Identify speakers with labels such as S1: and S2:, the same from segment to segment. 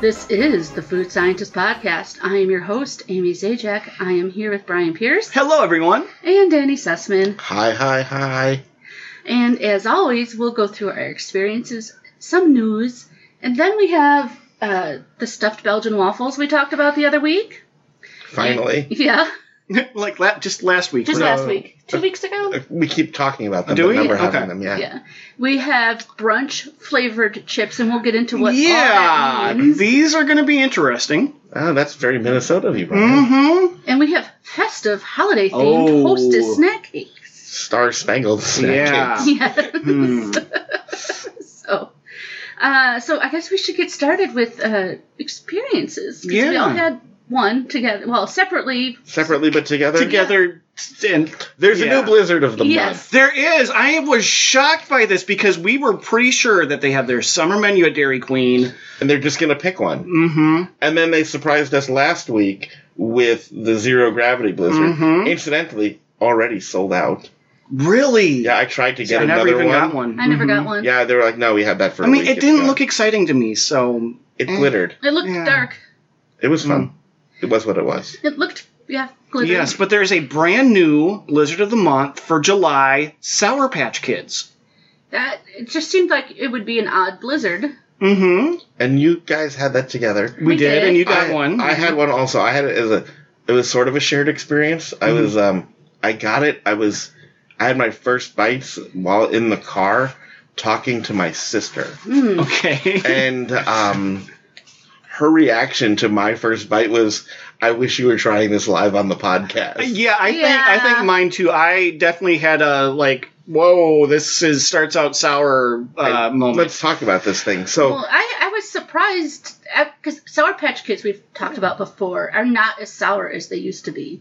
S1: This is the Food Scientist Podcast. I am your host, Amy Zajac. I am here with Brian Pierce
S2: Hello, everyone.
S1: and Danny Sussman.
S3: Hi, hi, hi.
S1: And as always, we'll go through our experiences, some news, and then we have uh, the stuffed Belgian waffles we talked about the other week.
S3: Finally.
S1: Yeah,
S2: like la- just last week.
S1: just
S2: right?
S1: last week, two weeks ago.
S3: We keep talking about them,
S2: Do
S3: but
S2: we?
S3: never having
S2: Okay.
S3: them yet.
S1: Yeah. We have brunch flavored chips, and we'll get into what all
S2: yeah,
S1: that means.
S2: these are going to be interesting.
S3: Oh, that's very Minnesota of you, Brian.
S2: Mm-hmm.
S1: And we have festive holiday themed
S2: Oh.
S1: hostess snack cakes.
S3: Star Spangled Snack
S2: Yeah.
S3: Cakes.
S1: Yeah.
S2: Hmm.
S1: So, uh, so I guess we should get started with uh, experiences. 'cause We
S2: Yeah.
S1: all had one together. Well, separately.
S3: Separately but together.
S2: Together, and
S3: There's
S2: Yeah.
S3: a new blizzard of the
S1: Yes.
S2: there is. I was shocked by this because we were pretty sure that they have their summer menu at Dairy Queen.
S3: month, and they're just going to pick one.
S2: Mm-hmm.
S3: And then they surprised us last week with the zero gravity blizzard.
S2: Mhm.
S3: Incidentally, already sold out.
S2: Really?
S3: Yeah, I tried to get
S2: I
S3: another
S2: never even
S3: one.
S2: got one.
S1: I never
S2: Mhm.
S1: got one.
S3: Yeah, they were like, no, we had that for.
S2: I
S3: a
S2: mean,
S3: week.
S2: it
S3: It's
S2: didn't
S3: gone.
S2: look exciting to me, so
S3: It glittered.
S1: It looked
S2: Yeah.
S1: dark.
S3: It was
S2: Mm.
S3: fun. It was what it was.
S1: It looked yeah glittery.
S2: Yes, but there's a brand new Blizzard of the Month for July Sour Patch Kids.
S1: That it just seemed like it would be an odd blizzard.
S2: Mm-hmm.
S3: And you guys had that together.
S2: We,
S1: We
S2: did,
S1: did.
S2: and you got
S3: I,
S2: one. Mm-hmm.
S3: I had one also. I had it as a. It was sort of a shared experience. I was um. I got it. I was. I had my first bites while in the car, talking to my sister,
S2: Hmm.
S1: Mm.
S2: Okay.
S3: and um, her reaction to my first bite was, "I wish you were trying this live on the podcast."
S2: Uh, yeah, I think I
S1: Yeah.
S2: think mine too. I definitely had a like, whoa, this is starts out sour uh,
S3: And
S2: moment.
S3: Let's talk about this thing. So
S1: Well, I, I was surprised because Sour Patch Kids we've talked about before are not as sour as they used to be.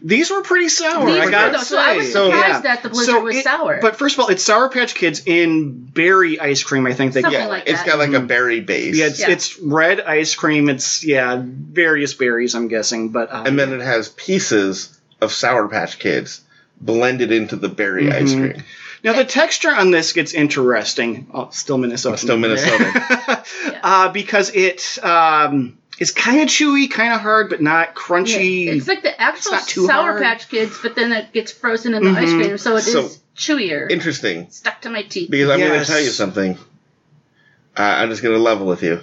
S2: These were pretty sour.
S1: These
S2: I
S1: were
S2: got
S1: though,
S2: to
S1: so I was
S2: say.
S3: So-
S1: surprised
S2: Yeah.
S1: that the blizzard
S2: So
S1: was
S2: it-
S1: sour.
S2: But first of all, it's Sour Patch Kids in berry ice cream. I think they
S1: Something
S2: call
S3: yeah,
S1: like
S3: it's
S1: that.
S3: got like a berry base.
S2: Yeah, it's,
S1: Yeah.
S2: it's red ice cream. It's yeah, various berries. I'm guessing, but uh,
S3: and then it has pieces of Sour Patch Kids blended into the berry ice
S2: Mhm.
S3: cream.
S2: now the texture on this gets interesting. Oh, still Minnesota.
S3: Still Minnesota.
S2: uh, because it um, is kind of chewy, kind of hard, but not crunchy.
S1: Yeah, it's like the actual
S2: not too
S1: Sour
S2: hard.
S1: Patch Kids, but then it gets frozen in the ice
S2: Mhm.
S1: cream, so it is
S3: Mm-hmm. So-
S1: chewier.
S3: Interesting.
S1: Stuck to my teeth.
S3: Because I'm going
S2: Yes.
S3: to tell you something. Uh, I'm just going to level with you.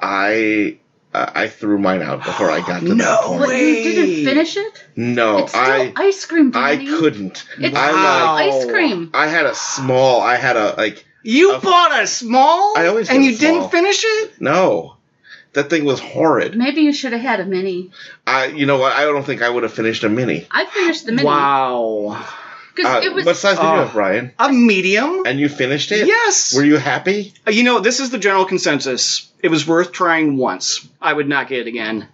S3: I uh, I threw mine out before I got to
S2: No
S3: that point.
S1: What, you didn't
S2: Wait.
S1: finish it?
S3: No,
S1: It's still
S3: I
S1: ice cream,
S3: I
S1: Danny.
S3: couldn't.
S1: It's
S3: I
S2: Wow.
S3: like
S1: still
S3: Oh.
S1: ice cream.
S3: I had a small. I had a like
S2: you
S3: Uh,
S2: bought a small,
S3: I always
S2: and
S3: get a
S2: you
S3: small.
S2: didn't finish it.
S3: no. That thing was horrid.
S1: Maybe you should have had a mini.
S3: I you know what? I don't think I would have finished a mini.
S1: I finished the mini
S2: Wow,
S1: because
S3: Uh,
S1: it was
S3: what size did you
S2: Oh.
S3: have, Brian?
S2: a medium.
S3: And you finished it?
S2: Yes.
S3: Were you happy?
S2: Uh, you know, this is the general consensus. It was worth trying once. I would not get it again.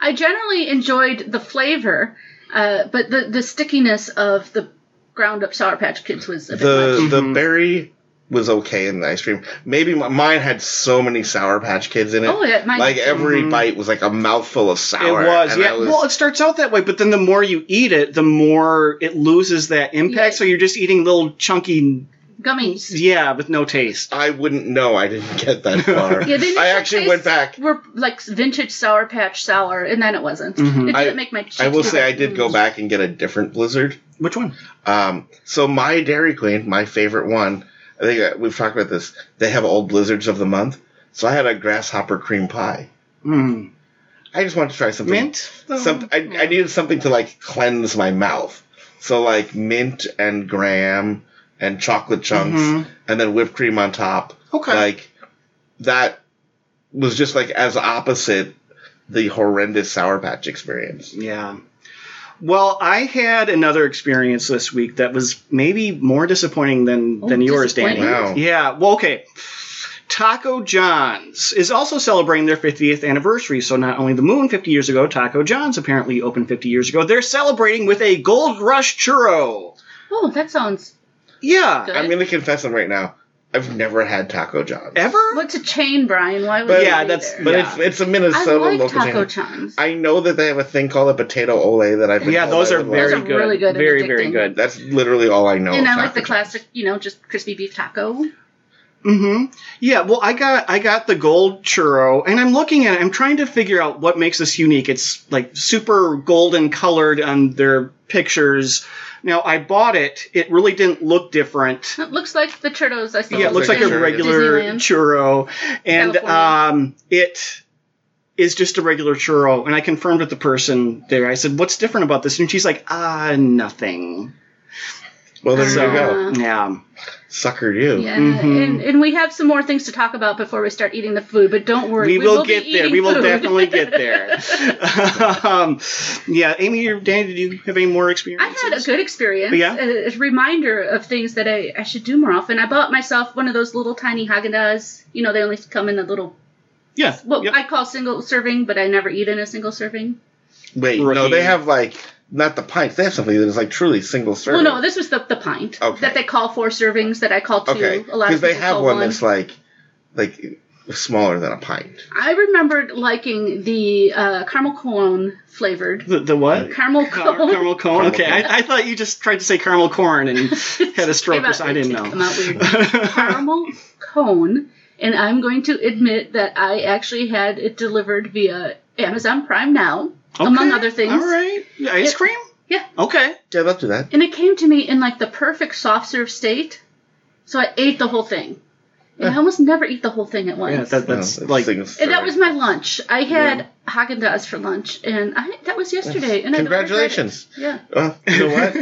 S1: I generally enjoyed the flavor, uh, but the, the stickiness of the ground up Sour Patch Kids was a bit
S3: The
S1: much.
S3: the
S2: Mhm.
S3: berry was okay in the ice cream. Maybe m- mine had so many Sour Patch Kids in it.
S1: Oh, yeah, mine.
S3: like every
S2: Mhm.
S3: bite was like a mouthful of sour.
S2: it was,
S3: and I
S2: yeah. Well, it starts out that way, but then the more you eat it, the more it loses that impact.
S1: Yeah.
S2: So you're just eating little chunky,
S1: gummies.
S2: yeah, with no taste.
S3: I wouldn't know. I didn't get that far.
S1: Yeah, they
S3: I actually went back.
S1: Were like vintage Sour Patch sour, and then it wasn't.
S2: Mhm.
S1: It didn't
S3: Mm-hmm. I-
S1: make my. Cheeks
S3: I will say I
S1: hurt. Mm.
S3: did go back and get a different Blizzard.
S2: Which one?
S3: Um, so my Dairy Queen, my favorite one. I think uh, we've talked about this. They have old Blizzards of the month. So I had a grasshopper cream pie.
S2: Mm.
S3: I just wanted to try something.
S2: Mint. though?
S1: Oh,
S3: Some, I, I needed something to like cleanse my mouth. So like mint and graham and chocolate chunks
S2: Mhm.
S1: Mm-hmm.
S3: and then whipped cream on top.
S2: Okay.
S3: Like that was just like as opposite the horrendous sour patch experience.
S2: Yeah. Well, I had another experience this week that was maybe more disappointing than
S1: Oh,
S2: than yours, Danny.
S1: disappointing.
S3: Wow.
S2: Yeah. Well, okay. Taco John's is also celebrating their 50th anniversary. So not only the moon 50 years ago, Taco John's apparently opened 50 years ago. They're celebrating with a Gold Rush churro.
S1: Oh, that sounds
S2: Yeah.
S1: good.
S3: I'm gonna confess them right now. I've never had Taco John's.
S2: Ever?
S1: What's a chain, Brian? Why would
S3: But-
S1: you
S2: Yeah,
S1: be
S2: that's-
S1: there?
S3: But
S2: Yeah.
S3: it's it's a
S1: I
S3: Minnesota
S1: like
S3: local
S1: Taco
S3: chain.
S1: Chons.
S3: I know that they have a thing called a potato ole that I've been
S2: yeah,
S3: told
S2: those
S3: I
S2: are
S3: would love.
S2: very
S1: are
S2: good.
S1: really good and
S2: Very, very
S1: addicting.
S2: good.
S3: That's literally all I know.
S1: and
S3: of
S1: I like
S3: Taco
S1: the
S3: John's.
S1: classic, you know, just crispy beef taco.
S2: hmm Yeah. Well, I got I got the gold churro, and I'm looking at it. I'm trying to figure out what makes this unique. It's like super golden colored on their pictures. Now I bought it. It really didn't look different.
S1: It looks like the churros I saw.
S2: Yeah, it looks like a
S1: in
S3: Sure.
S2: regular
S1: Disneyland.
S2: churro, and
S1: California.
S2: um, it is just a regular churro. And I confirmed with the person there. I said, "What's different about this?" And she's like, "Ah, nothing."
S3: Well, there
S2: So-
S3: you go.
S1: Uh-huh.
S2: Yeah.
S3: Sucker you.
S1: Yeah,
S3: Mm-hmm.
S2: Mhm.
S1: and, and we have some more things to talk about before we start eating the food, but don't worry,
S2: we,
S1: we,
S2: will,
S1: be
S2: get there.
S1: eating
S2: We will
S1: food.
S2: definitely get there. um, yeah, Amy or Dan, did you have any more
S1: I
S2: experiences?
S1: had a good experience.
S2: Yeah.
S1: A, a reminder of things that I, I should do more often. I bought myself one of those little tiny Haagen-Dazs. You know, they only come in the little,
S2: yeah.
S1: what
S2: yep.
S1: I call single serving, but I never eat in a single serving.
S3: Wait, no,
S2: Rookie.
S3: they have like not the pints. They have something that is like truly single serving.
S1: Well, no, this was the, the pint
S3: Okay.
S1: that they call four servings that I call two.
S3: okay,
S1: A lot of
S3: because they
S1: people
S3: have
S1: call
S3: one,
S1: one.
S3: that's like like smaller than a pint.
S1: I remembered liking the uh, caramel cone flavored.
S2: the, the what?
S1: Caramel
S2: Car-
S1: cone.
S2: caramel cone.
S3: Caramel
S2: Okay,
S3: cone.
S2: I, I thought you just tried to say caramel corn and had a stroke.
S1: Came out-
S2: or something. I didn't
S1: it
S2: know.
S1: Come out weird. caramel cone, and I'm going to admit that I actually had it delivered via Amazon Prime Now, among
S2: Okay,
S1: other things.
S2: All right. Yeah, Ice
S1: It-
S2: cream?
S1: yeah.
S2: Okay.
S3: Yeah, they'll do that.
S1: And it came to me in like the perfect soft serve state, so I ate the whole thing. And I almost never eat the whole thing at once.
S2: Yeah, that,
S3: No,
S2: that's
S3: it's
S2: like.
S3: single
S1: and that
S3: serving.
S1: was my lunch. I had Haagen Dazs for lunch, and I that was yesterday. And I don't regret it.
S3: Congratulations.
S1: Yeah.
S3: Well, you know what?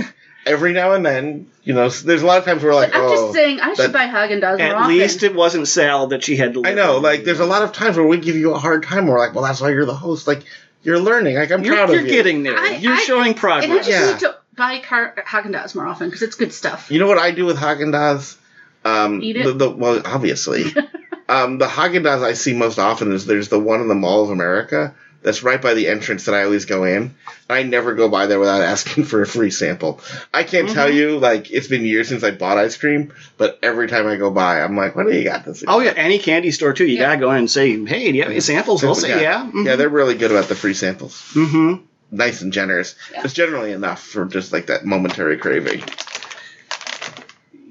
S3: Every now and then, you know, s- there's a lot of times we're like,
S1: I'm
S3: oh,
S1: just saying, I should
S3: that-
S1: buy Haagen Dazs more
S2: At
S1: often.
S2: least it wasn't Sal that she had to
S3: I
S2: live
S3: know.
S2: on.
S3: Like, there's a lot of times where we give you a hard time. We're like, well, that's why you're the host. Like, you're learning. Like, I'm
S2: You're,
S3: proud
S2: you're
S3: of you.
S2: getting there.
S1: I-
S2: you're
S1: I-
S2: showing
S1: and I
S2: progress.
S1: just
S3: Yeah.
S1: need to buy Car- Haagen Dazs more often because it's good stuff.
S3: You know what I do with Haagen Dazs? Um,
S1: Eat it?
S3: The, the, well, obviously, um, the Haagen Dazs I see most often is there's the one in the Mall of America that's right by the entrance that I always go in. I never go by there without asking for a free sample. I can't tell
S1: Mm-hmm.
S3: you, like, it's been years since I bought ice cream, but every time I go by, I'm like, what do you got this?
S2: Oh yeah, any candy store too. You
S1: Yeah.
S2: gotta go in and say, "Hey, do you have any samples?" They'll say, "Yeah." mm-hmm."
S3: Yeah,
S1: mm-hmm.
S3: they're really good about the free samples.
S2: hmm
S3: Nice and generous.
S1: Yeah.
S3: It's generally enough for just like that momentary craving.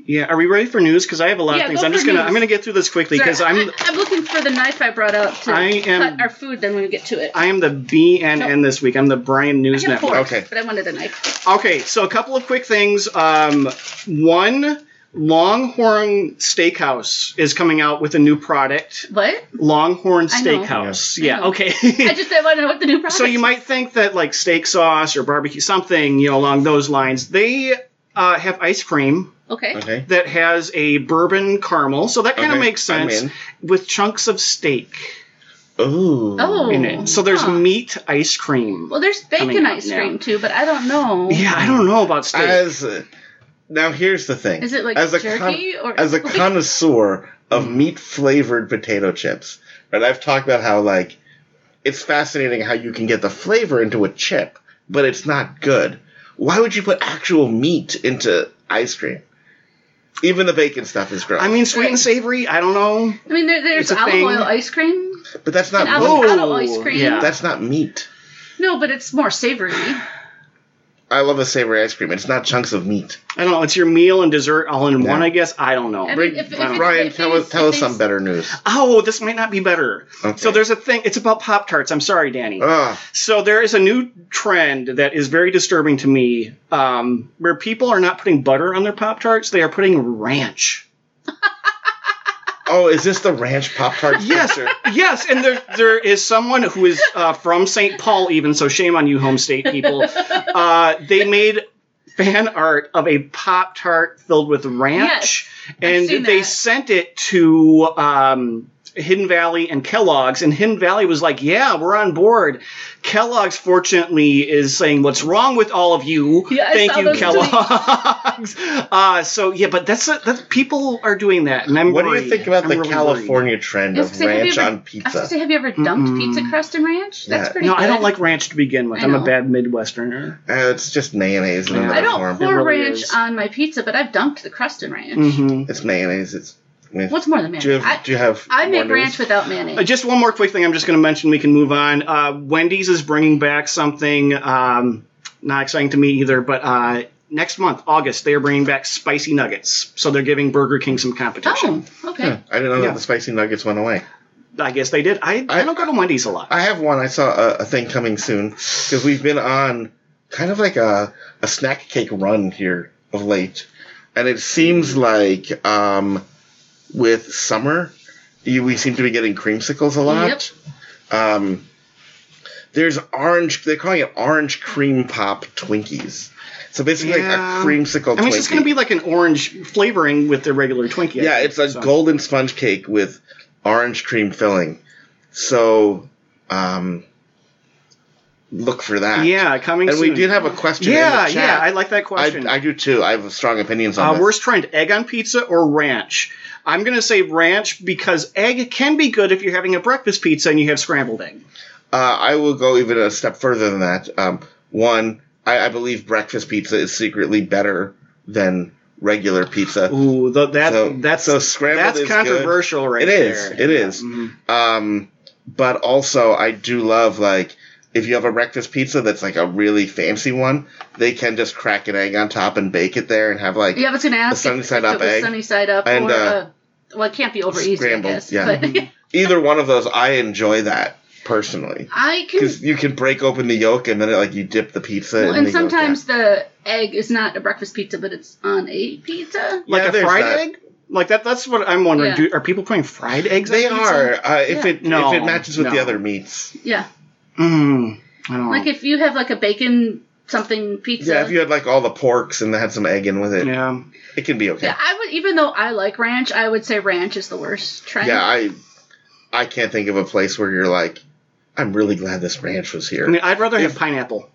S2: Yeah. Are we ready for news? Because I have a lot
S1: Yeah,
S2: of things.
S1: go
S2: I'm just
S1: for
S2: gonna
S1: news.
S2: I'm gonna get through this quickly because
S1: Sorry,
S2: I'm
S1: I, I'm looking for the knife I brought out to
S2: I am-
S1: cut our food. Then when we get to it,
S2: I am the BNN this week. I'm the Brian
S1: I
S2: News
S1: have
S2: Network.
S1: forks,
S3: Okay.
S1: but I wanted a knife.
S2: Okay, so a couple of quick things. Um, one, Longhorn Steakhouse is coming out with a new product.
S1: What?
S2: Longhorn
S1: I know.
S2: Steakhouse.
S1: I
S2: Yeah.
S1: know.
S2: Okay.
S1: I just I want to know what the new product.
S2: so you might think that like steak sauce or barbecue something you know along those lines. They uh, have ice cream
S1: Okay.
S3: Okay.
S2: that has a bourbon caramel, so that kind of
S3: Okay,
S2: makes
S3: I'm
S2: sense
S3: in.
S2: with chunks of steak
S3: Ooh.
S1: Oh.
S2: in it. So there's
S1: Huh.
S2: meat ice cream.
S1: Well, there's
S2: Coming
S1: bacon
S2: up
S1: ice
S2: now.
S1: cream too, but I don't know.
S2: yeah, I don't know about steak.
S3: As uh, now, here's the thing.
S1: Is it like
S3: as a
S1: jerky or
S3: as a
S1: like-
S3: connoisseur of
S2: Mm.
S3: meat flavored potato chips? Right, I've talked about how like it's fascinating how you can get the flavor into a chip, but it's not good. Why would you put actual meat into ice cream? Even the bacon stuff is gross.
S2: I mean, sweet and savory. I don't know.
S1: I mean, there, there's
S2: It's a
S1: olive
S2: thing.
S1: oil ice cream
S3: but that's
S1: and
S3: not
S2: would-
S3: meat.
S1: avocado
S2: Oh,
S1: ice cream.
S2: yeah.
S3: that's not meat.
S1: No, but it's more savory.
S3: I love a savory ice cream. It's not chunks of meat.
S2: I don't know. It's your meal and dessert all in
S3: Yeah.
S2: one, I guess. I don't know.
S1: I mean, if, if it's-
S3: Ryan,
S1: if
S3: tell
S1: it's-
S3: us tell
S1: if
S3: us some
S1: it's-
S3: better news.
S2: Oh, this might not be better.
S3: Okay. Oh. Ah.
S2: So there's a thing. It's about Pop Tarts. I'm sorry, Danny.
S3: Ugh.
S2: So there is a new trend that is very disturbing to me, um, where people are not putting butter on their Pop Tarts; they are putting ranch.
S3: Oh, is this the ranch pop tart?
S2: Yes, yes, and there there is someone who is uh, from St. Paul, even so. Shame on you, home state people. Uh, they made fan art of a Pop Tart filled with ranch, and
S1: seen
S2: they
S1: that.
S2: sent it to. Um, Hidden Valley and Kellogg's, and Hidden Valley was like, "Yeah, we're on board." Kellogg's, fortunately, is saying, "What's wrong with all of you?"
S1: Yeah, I
S2: Thank
S1: saw
S2: you,
S1: those
S2: Kellogg's. Uh, so yeah, but that's that people are doing that, and I'm.
S3: What do you
S2: worried.
S3: think about
S2: I'm
S3: the
S2: really worried.
S3: California trend
S1: Yes,
S3: of
S1: 'cause they have
S3: ranch
S1: you ever-
S3: on
S1: I was
S3: pizza?
S1: gonna say, have you ever dumped
S2: Mm-mm.
S1: pizza crust and ranch? That's
S3: Yeah.
S1: pretty.
S2: no, I don't
S1: good.
S2: like ranch to begin with.
S1: I
S2: I'm a
S1: know.
S2: bad Midwesterner.
S3: Uh, it's just mayonnaise in
S2: Yeah.
S3: another
S1: I don't
S3: form.
S1: pour
S2: It really
S1: ranch
S2: is.
S1: on my pizza, but I've dumped the crust and ranch.
S2: Mhm.
S3: It's mayonnaise. It's. I
S2: Mm.
S3: mean,
S1: What's more than
S3: do you
S1: mayonnaise?
S3: have? do you have
S1: I, I
S3: more
S1: make ranch
S3: news?
S1: without mayonnaise.
S2: Uh, just one more quick thing. I'm just going to mention. We can move on. Uh, Wendy's is bringing back something um, not exciting to me either, but uh, next month, August, they are bringing back spicy nuggets. So they're giving Burger King some competition.
S1: Oh, okay.
S3: Huh, I didn't know
S2: Yeah.
S3: that the spicy nuggets went away.
S1: Oh.
S2: I guess they did. I, I,
S3: I-
S2: don't go to Wendy's a lot.
S3: I have one. I saw a, a thing coming soon because we've been on kind of like a, a snack cake run here of late, and it seems like um, with summer, you, we seem to be getting creamsicles a lot. Um, there's orange. They're calling it orange cream pop Twinkies. So basically,
S2: Yeah.
S3: like a creamsicle.
S2: I mean, it's just
S3: Twinkie.
S2: going to be like an orange flavoring with the regular Twinkie. I
S3: Yeah,
S2: think.
S3: it's a
S2: So-
S3: golden sponge cake with orange cream filling. So, um, look for that.
S2: Yeah, coming
S3: And
S2: soon.
S3: we did have a question. in
S2: Yeah,
S3: the
S2: yeah,
S3: chat.
S2: I like that question.
S3: I, I do too. I have strong opinions on
S2: uh,
S3: this.
S2: worst trend: egg on pizza or ranch? I'm going to say ranch because egg can be good if you're having a breakfast pizza and you have scrambled egg.
S3: Uh, I will go even a step further than that. Um, one, I, I believe breakfast pizza is secretly better than regular pizza.
S2: Ooh, th- that
S3: So-
S2: that's
S3: so scrambled
S2: that's
S3: is good.
S2: controversial, right
S3: It is.
S2: there.
S3: It is.
S2: Mhm.
S3: Um, but also, I do love like if you have a breakfast pizza that's like a really fancy one, they can just crack an egg on top and bake it there and have like
S1: Yeah, I was going to ask.
S3: The sunny
S1: if-
S3: side
S1: if
S3: up
S1: it was
S3: egg.
S1: Sunny side up.
S3: And,
S1: or,
S3: uh,
S1: uh, well, it can't be over easy, I
S3: scrambled,
S1: guess.
S3: yeah. Mm-hmm.
S1: But
S3: either one of those. I enjoy that personally
S1: I can.
S3: because you can break open the yolk and then it, like you dip the pizza.
S1: Well,
S3: in
S1: and
S3: the yolk.
S1: sometimes the egg is not a breakfast pizza, but it's on a pizza.
S2: Like
S3: Yeah,
S2: a
S3: there's
S2: fried
S3: that.
S2: egg? Like that? That's what I'm wondering.
S1: Yeah.
S2: Do, are people putting fried eggs?
S3: they
S2: on pizza?
S3: are uh, if
S1: Yeah.
S3: it
S2: No,
S3: if it matches with the
S2: no.
S3: other meats.
S1: Yeah,
S2: Mm, I don't
S1: like if you have like a bacon something pizza.
S3: Oh. Yeah, if you had like all the porks and had some egg in with it,
S2: Yeah.
S3: it can be okay.
S1: Yeah,
S3: Yeah,
S1: I would. Even though I like ranch, I would say ranch is the worst trend.
S3: I I can't think of a place where you're like, I'm really glad this ranch was here.
S2: I mean, I'd rather have
S3: If-
S2: pineapple.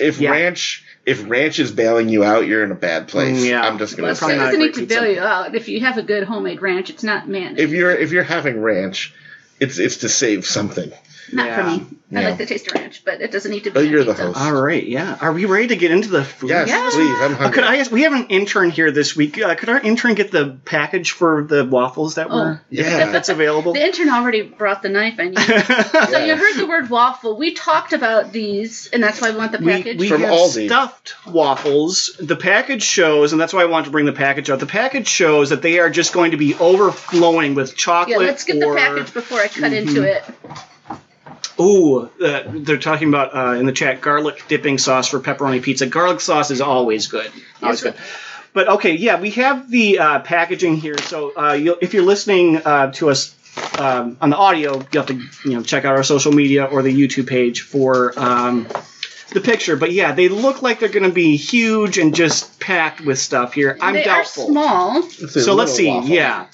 S3: If
S2: Yeah.
S3: ranch, if ranch is bailing you out, you're in a bad place.
S2: Mm, yeah.
S3: I'm just
S1: Well,
S3: gonna
S1: it
S2: That's probably
S3: say.
S2: not
S1: doesn't
S2: a
S1: need
S2: great
S1: to
S2: pizza.
S1: bail you out. If you have a good homemade ranch, it's not managed.
S3: If you're if you're having ranch, it's it's to save something.
S1: not
S2: Yeah.
S1: for me. I
S3: Yeah.
S1: like the taste of ranch, but it doesn't need to be.
S3: But
S1: on
S3: you're the
S1: pizza.
S3: host.
S2: All right. Yeah. Are we ready to get into the food?
S3: Yes,
S1: Yeah.
S3: please. I'm
S2: Uh,
S3: hungry.
S2: could I ask? We have an intern here this week. Uh, could our intern get the package for the waffles
S1: Oh.
S2: that were
S3: Yeah.
S2: that's available?
S1: The intern already brought the knife. I need. So you
S3: Yeah.
S1: heard the word waffle. We talked about these, and that's why we want the
S2: we,
S1: package.
S2: we
S3: From
S2: have
S3: Aldi.
S2: stuffed waffles. The package shows, and that's why I want to bring the package out. The package shows that they are just going to be overflowing with chocolate.
S1: yeah, let's get
S2: or-
S1: the package before I cut
S2: Mm-hmm.
S1: into it.
S2: Ooh, uh, they're talking about uh, in the chat garlic dipping sauce for pepperoni pizza. Garlic sauce is always good. Always
S1: Yes.
S2: good. But okay, yeah, we have the uh, packaging here. So uh, you'll, if you're listening uh, to us um, on the audio, you have to you know check out our social media or the YouTube page for um, the picture. But yeah, they look like they're going to be huge and just packed with stuff here. I'm
S1: they
S2: doubtful.
S1: are small.
S3: It's a
S2: So let's
S3: little
S2: see.
S3: waffle.
S2: Yeah.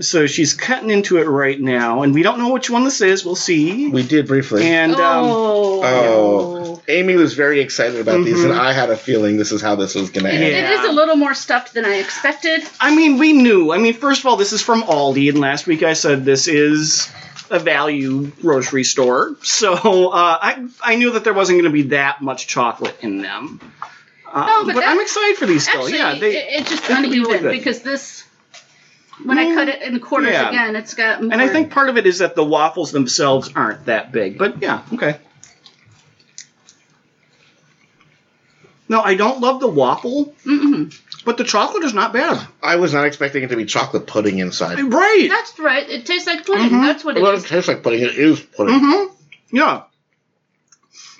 S2: So she's cutting into it right now, and we don't know which one this is. We'll see.
S3: we did briefly.
S2: And um,
S1: oh.
S3: Oh. Amy was very excited about these, and
S2: Mhm.
S3: I had a feeling this is how this was gonna end.
S2: Yeah.
S1: It is a little more stuffed than I expected.
S2: I mean, we knew. I mean, first of all, this is from Aldi, and last week I said this is a value grocery store. So uh, I I knew that there wasn't going to be that much chocolate in them. Uh,
S1: No, but
S2: but, I'm
S1: that-
S2: excited for these still.
S1: Actually,
S2: yeah, they.
S1: it, it's just
S2: they look
S1: uneven
S2: good.
S1: because this, when I
S2: Mm,
S1: cut it in quarters
S2: yeah.
S1: again, it's got more.
S2: and I think part of it is that the waffles themselves aren't that big. But yeah, okay. No, I don't love the waffle,
S1: Mm-mm.
S2: but the chocolate is not bad.
S3: I was not expecting it to be chocolate pudding inside.
S2: Right.
S1: that's right. It tastes like pudding.
S2: Mhm.
S1: That's what
S3: It
S1: it
S3: doesn't
S1: is.
S3: taste like pudding. It is pudding.
S2: Mm-hmm. Yeah.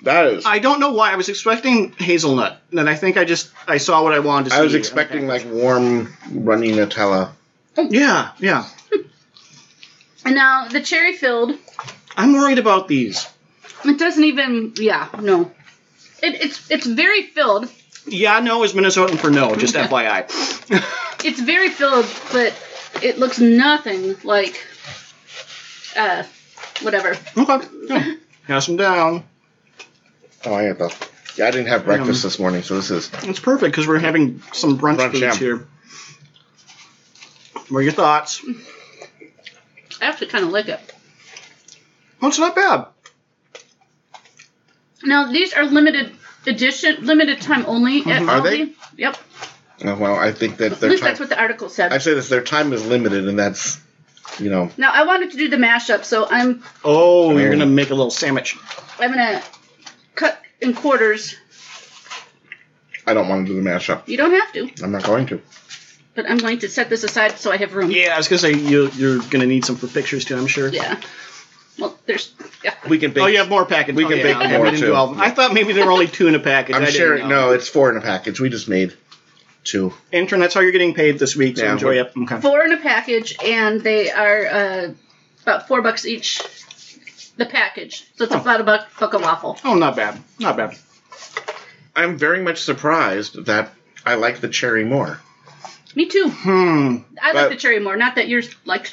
S3: That is. I,
S2: Mm-hmm. I don't know why I was expecting hazelnut, and I think I just I saw what I wanted to see.
S3: was expecting like warm, runny Nutella.
S2: Yeah, yeah.
S1: And now the cherry filled.
S2: I'm worried about these.
S1: It doesn't even. Yeah, no. It, it's it's very filled.
S2: Yeah, no is Minnesotan for no. Just FYI.
S1: It's very filled, but it looks nothing like. Uh, whatever.
S2: Okay. Yeah. Pass them down.
S3: Oh, I had the. Yeah, I didn't have breakfast this morning, so this is.
S2: It's perfect because we're having some brunch,
S3: Brunch,
S2: foods
S3: yeah.
S2: here. What are your thoughts?
S1: I actually kind of like it.
S2: Well, it's not bad.
S1: Now these are limited edition, limited time only. At
S3: Mm-hmm. Are
S1: Aldi.
S3: they?
S1: Yep.
S3: Oh, well, I think that
S1: At
S3: their
S1: least
S3: time.
S1: that's what the article said.
S3: I say this. Their time is limited, and that's, you know,
S1: Now I wanted to do the mashup, so I'm
S2: Oh, you're
S3: Mm.
S2: gonna make a little sandwich.
S1: I'm gonna cut in quarters
S3: I don't want to do the mashup.
S1: You don't have to,
S3: I'm not going to.
S1: but I'm going to set this aside so I have room.
S2: Yeah, I was gonna say you, you're gonna need some for pictures too. I'm sure.
S1: Yeah. Well, there's. Yeah.
S3: We can bake.
S2: Oh, you have more package.
S3: We
S2: Oh,
S3: can
S2: yeah,
S3: bake
S2: okay,
S3: more,
S2: we didn't do
S3: too.
S2: all of them. I thought maybe there were only two in a package. I
S3: I'm
S2: didn't
S3: sharing.
S2: know.
S3: No, it's four in a package. We just made two.
S2: Intern, that's how you're getting paid this week. So
S3: Yeah,
S2: enjoy
S3: we-
S2: it. Okay.
S1: Four in a package, and they are uh, about four bucks each. The package, so it's
S2: Oh.
S1: about a buck, buck a waffle.
S2: Oh, not bad. Not bad.
S3: I'm very much surprised that I like the cherry more.
S1: Me too.
S2: Hmm.
S1: I
S3: But-
S1: like the cherry more. Not that yours like.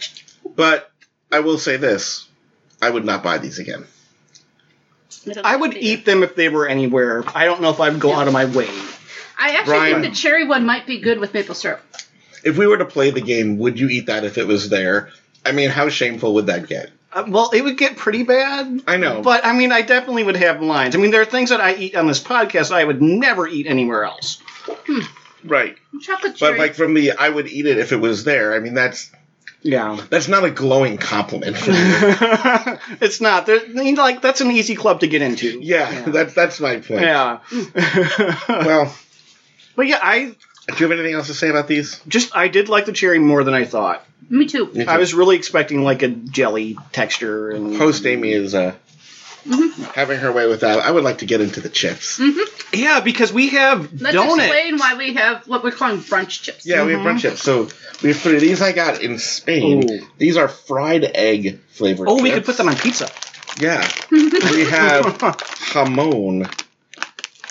S3: But I will say this: I would not buy these again.
S1: don't
S2: I would
S1: like it.
S2: eat them if they were anywhere. I don't know if I'd go out of my way.
S1: I actually
S3: Brian.
S1: think the cherry one might be good with maple syrup.
S3: If we were to play the game, would you eat that if it was there? I mean, how shameful would that get?
S2: Uh, well, it would get pretty bad.
S3: I know,
S2: But I mean, I definitely would have lines. I mean, there are things that I eat on this podcast I would never eat anywhere else.
S3: right?
S1: Chocolate cherry.
S3: But like from the, I would eat it if it was there. I mean, that's
S2: Yeah,
S3: that's not a glowing compliment. For me.
S2: it's not. There, I mean, like that's an easy club to get into.
S3: yeah,
S2: Yeah.
S3: that's that's my point.
S2: Yeah.
S3: Well,
S2: but yeah, I
S3: do you have anything else to say about these?
S2: just I did like the cherry more than I thought.
S1: Me too.
S3: Me too.
S2: I was really expecting like a jelly texture and
S3: Host Amy is uh,
S1: Mhm.
S3: having her way with that. I would like to get into the chips.
S2: Yeah, because we have
S1: Let's
S2: donuts.
S1: explain why we have what we're calling brunch chips.
S3: Yeah, we have brunch chips. So we have three. These I got in Spain.
S2: Ooh.
S3: These are fried egg flavored.
S2: Oh, we
S3: chips.
S2: could put them on pizza.
S3: Yeah. we have jamon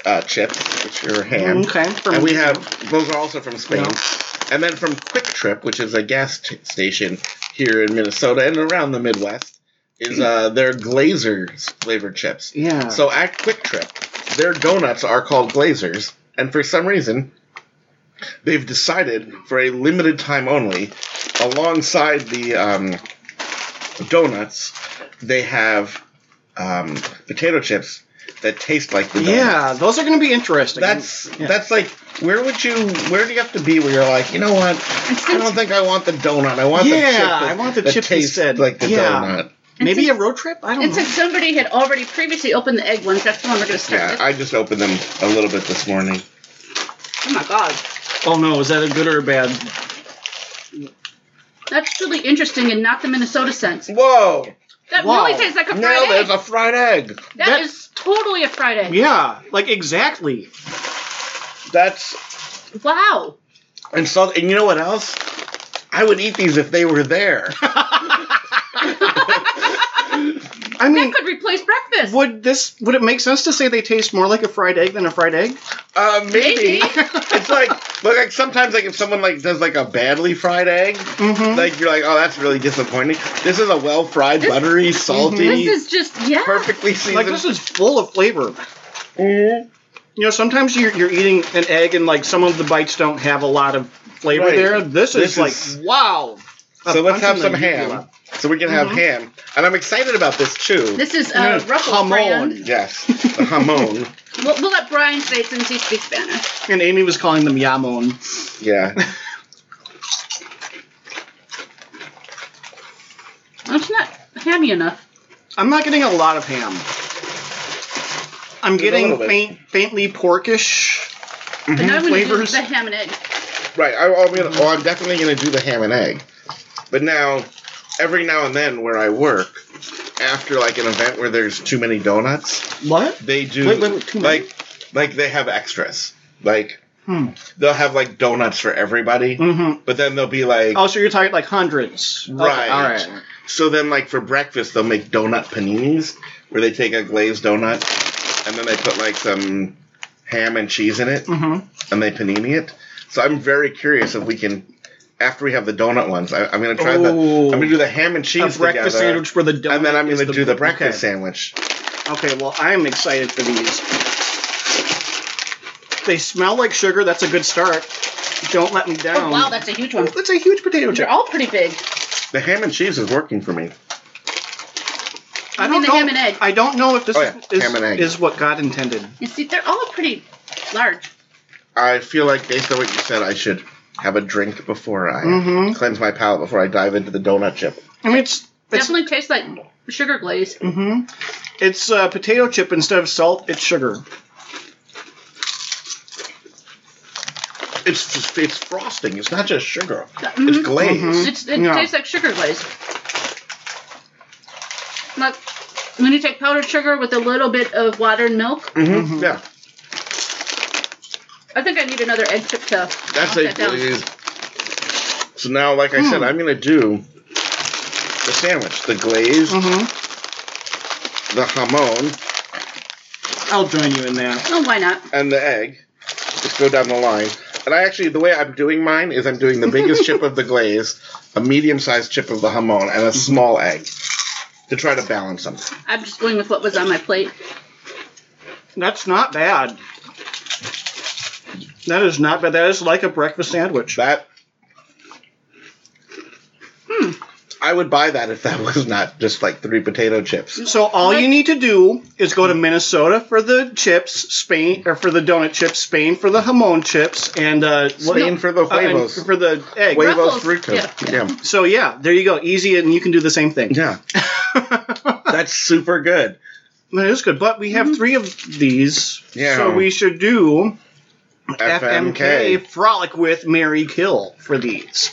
S3: uh, chips, which are ham.
S2: okay. for
S3: And we
S2: me.
S3: have, those are also from Spain.
S2: Mm-hmm. Yeah.
S3: And then from Quick Trip, which is a gas t- station here in Minnesota and around the Midwest,
S2: Mm-hmm.
S3: is uh, their glazer flavored chips.
S2: yeah.
S3: So at Quick Trip, their donuts are called glazers, and for some reason, they've decided for a limited time only, alongside the um, donuts, they have um, potato chips that taste like the donuts.
S2: yeah, those are going to be interesting.
S3: That's
S2: Yeah.
S3: that's like where would you where do you have to be where you're like you know what I don't think I want the donut I want the
S2: Yeah,
S3: chip that,
S2: I want the
S3: that
S2: chip
S3: tastes
S2: instead.
S3: like the
S2: Yeah.
S3: donut
S2: maybe a road trip. I don't
S1: And
S2: know.
S1: since somebody had already previously opened the egg ones, that's the one we're going to start
S3: yeah
S1: with.
S3: I just opened them a little bit this morning
S1: oh my god.
S2: oh no, is that a good or a bad?
S1: That's really interesting and not the Minnesota sense.
S3: whoa
S1: That
S2: Wow.
S1: really tastes like a
S3: Now
S1: fried egg.
S3: there's a fried egg.
S1: that
S2: that-
S1: is totally a fried egg.
S2: Yeah, like exactly.
S3: That's
S1: Wow.
S3: and so and you know what else? I would eat these if they were there.
S2: I mean,
S1: That could replace breakfast.
S2: would this would it make sense to say they taste more like a fried egg than a fried egg?
S3: Uh, maybe.
S1: Maybe.
S3: it's like but like sometimes like if someone like does like a badly fried egg,
S2: Mm-hmm.
S3: like you're like, oh that's really disappointing. This is a well fried,
S1: This- mm-hmm.
S3: buttery, salty,
S1: This is just, yeah.
S3: perfectly seasoned.
S2: Like this is full of flavor.
S3: Mhm.
S2: You know, sometimes you're, you're eating an egg and like some of the bites don't have a lot of flavor
S3: Right.
S2: there. This, is,
S3: This is-
S2: like wow. A
S3: So let's
S2: punch in
S3: have
S2: the
S3: some ham.
S2: medulla.
S3: So we can have
S2: Mhm.
S3: ham, and I'm excited about this too.
S1: Mm-hmm. This is uh, ruffle
S2: Jamon.
S1: brand.
S3: yes, the jamon.
S1: We'll, we'll let Brian say it since he speaks Spanish.
S2: And Amy was calling them yamon.
S3: Yeah,
S1: That's not hammy enough.
S2: I'm not getting a lot of ham. I'm
S3: There's a
S2: getting
S3: little bit.
S2: faint, faintly porkish.
S1: But now I'm going to do
S2: Flavors.
S1: the ham and egg.
S3: right. I, I'm gonna, oh, I'm definitely gonna do the ham and egg. But now, every now and then, where I work, after like an event where there's too many donuts,
S2: What?
S3: they do
S2: Wait, wait, wait, too many?
S3: like like they have extras. Like
S2: Hmm.
S3: they'll have like donuts for everybody,
S2: Mm-hmm.
S3: but then they'll be like,
S2: Oh, so you're talking like hundreds. Okay,
S3: Right.
S2: all right.
S3: So then, like for breakfast, they'll make donut paninis, where they take a glazed donut, and then they put like some ham and cheese in it,
S2: Mm-hmm.
S3: and they panini it. So I'm very curious if we can, after we have the donut ones, I, I'm gonna try the, I'm
S2: Ooh.
S3: gonna do the ham and
S2: A
S3: cheese
S2: breakfast
S3: together,
S2: sandwich for the donut.
S3: and then I'm
S2: is
S3: gonna do the breakfast
S2: okay.
S3: sandwich.
S2: Okay, well, I'm excited for these. They smell like sugar. That's a good start. Don't let me down.
S1: Oh, wow, Oh, that's a huge one.
S2: That's a huge potato chip.
S1: They're all pretty big.
S3: The ham and cheese is working for me.
S2: I
S1: You
S2: don't
S1: mean the
S2: know.
S1: ham and egg.
S2: I don't know if this
S3: Oh, yeah,
S2: is,
S3: ham and egg.
S2: is what God intended.
S1: You see, they're all pretty large.
S3: I feel like based on what you said, I should have a drink before I
S2: Mhm.
S3: cleanse my palate before I dive into the donut chip.
S2: I mean, it's it's
S1: Definitely tastes like sugar glaze.
S2: hmm It's uh, potato chip instead of salt. It's sugar.
S3: It's just, it's frosting. It's not just sugar.
S1: Mhm.
S3: It's glaze.
S2: Mhm.
S1: It's, it
S2: Yeah.
S1: tastes like sugar glaze. Like when you take powdered sugar with a little bit of water and milk,
S2: Mm-hmm.
S3: Mhm. Yeah,
S1: I think I need another egg chip to.
S3: that's
S1: Okay,
S3: a
S1: down.
S3: glaze. So now, like I said,
S2: Mm.
S3: I'm gonna do the sandwich, the glaze,
S2: Mm-hmm.
S3: the jamon,
S2: I'll join you in that.
S1: Oh, why not?
S3: and the egg. Just go down the line. And I actually, the way I'm doing mine is I'm doing the biggest chip of the glaze, a medium-sized chip of the jamon,
S2: Mm-hmm.
S3: and a small egg to try to balance them.
S1: I'm just going with what was on my plate.
S2: That's not bad. That is not bad. That is like a breakfast sandwich.
S3: That.
S2: Hmm.
S3: I would buy that if that was not just like three potato chips.
S2: So all
S1: Like-
S2: you need to do is go to Minnesota for the chips, Spain or for the donut chips, Spain for the jamon chips, and uh, what-
S3: Spain for the
S2: uh, and
S3: huevos.
S2: for the egg.
S3: Huevos
S1: Ruffles,
S3: fritos.
S1: yeah.
S3: Yeah.
S2: So yeah, there you go, easy, and you can do the same thing.
S3: yeah. That's super good.
S2: That is good, but we have three of these,
S3: Yeah.
S2: so we should do FMK.
S3: FMK.
S2: frolic with Mary Kill for these.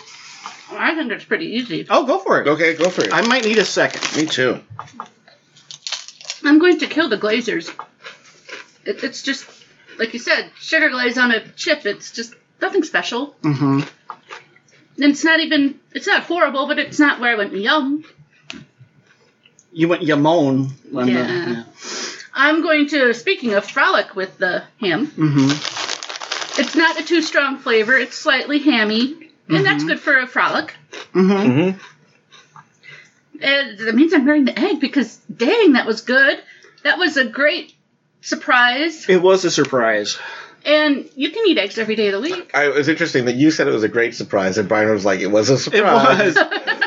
S1: I think it's pretty easy.
S2: Oh, go for it.
S3: Okay, go for it.
S2: I might need a second.
S3: Me too.
S1: I'm going to kill the glazers. It, it's just, like you said, sugar glaze on a chip. It's just nothing special.
S2: hmm
S1: And it's not even, it's not horrible, but it's not where I went, yum.
S2: You went Yamon. on the-
S1: Yeah. I'm going to, speaking of frolic with the ham,
S2: hmm
S1: it's not a too strong flavor. It's slightly hammy, and that's good for a frolic.
S2: hmm
S3: Mm-hmm.
S1: And that means I'm wearing the egg because, dang, that was good. That was a great surprise.
S2: It was a surprise.
S1: And you can eat eggs every day of the week.
S3: I, it was interesting that you said it was a great surprise, and Brian was like, "It was a
S2: It
S3: surprise."
S2: was.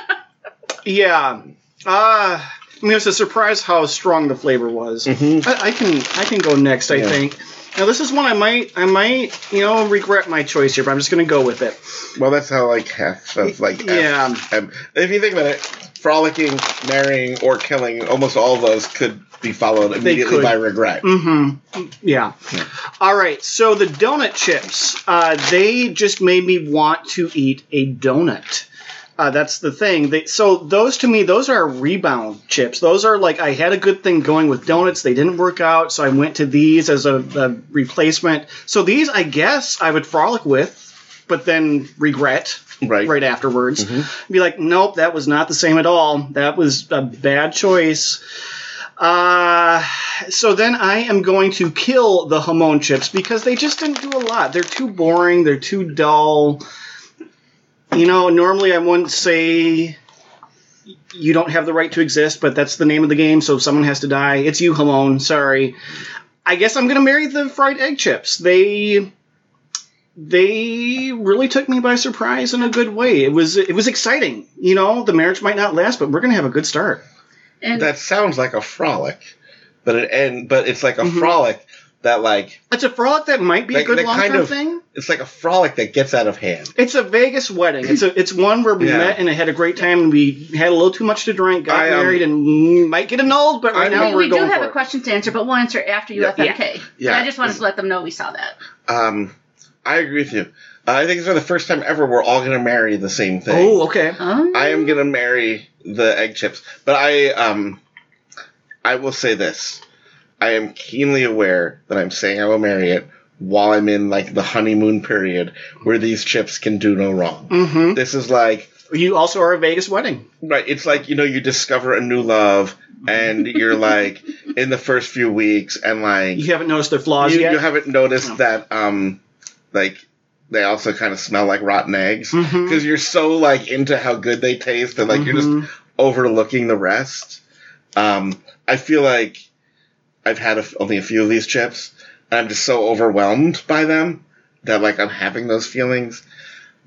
S2: yeah. Uh, I mean, it was a surprise how strong the flavor was.
S3: Mhm.
S2: I, I can I can go next. I
S3: Yeah.
S2: think. Now this is one I might I might you know regret my choice here, but I'm just gonna go with it.
S3: Well, that's how like half of like F-
S2: Yeah.
S3: um, if you think about it, frolicking, marrying, or killing, almost all those could be followed immediately
S2: could.
S3: by regret.
S2: Mm-hmm. Yeah.
S3: Yeah.
S2: All right. So the donut chips, uh, they just made me want to eat a donut. Uh, that's the thing. They, so those to me, those are rebound chips. Those are like I had a good thing going with donuts. They didn't work out, so I went to these as a, a replacement. So these, I guess, I would frolic with, but then regret
S3: Right.
S2: Mm-hmm. right afterwards. Be like, nope, that was not the same at all. That was a bad choice. Uh, so then I am going to kill the Hamon chips because they just didn't do a lot. They're too boring. They're too dull. You know, normally I wouldn't say you don't have the right to exist, but that's the name of the game. So if someone has to die, it's you, Hamon. Sorry. I guess I'm gonna marry the fried egg chips. They they really took me by surprise in a good way. It was it was exciting. You know, the marriage might not last, but we're gonna have a good start.
S1: And
S3: That sounds like a frolic, but it and but it's like a
S2: Mhm.
S3: frolic that like
S2: It's a frolic that might be a
S3: That-
S2: good
S3: that
S2: long
S3: kind
S2: term
S3: of-
S2: thing.
S3: it's like a frolic that gets out of hand.
S2: It's a Vegas wedding. It's a it's one where we
S3: Yeah.
S2: met and I had a great time and we had a little too much to drink, got
S3: I, um,
S2: married, and might get annulled, but right
S3: I-
S2: now
S1: we,
S2: we're
S1: we do
S2: going
S1: have
S2: for
S1: a
S2: it.
S1: question to answer, but we'll answer after you
S3: Yeah.
S1: FMK.
S3: Yeah.
S1: I just wanted to let them know we saw that.
S3: Um, I agree with you. I think it's for the first time ever we're all gonna marry the same thing.
S2: Oh, okay.
S1: Oh.
S3: I am gonna marry the egg chips, but I um, I will say this: I am keenly aware that I'm saying I will marry it while I'm in like the honeymoon period where these chips can do no wrong.
S2: Mm-hmm.
S3: This is like
S2: You also are a Vegas wedding.
S3: right. It's like you know you discover a new love, and you're like in the first few weeks, and like
S2: You haven't noticed their flaws
S3: you,
S2: yet.
S3: you haven't noticed
S2: No.
S3: that um like they also kind of smell like rotten eggs because
S2: Mhm.
S3: you're so like into how good they taste that like you're
S2: Mhm.
S3: just overlooking the rest um i feel like i've had a f only a few of these chips and i'm just so overwhelmed by them that like i'm having those feelings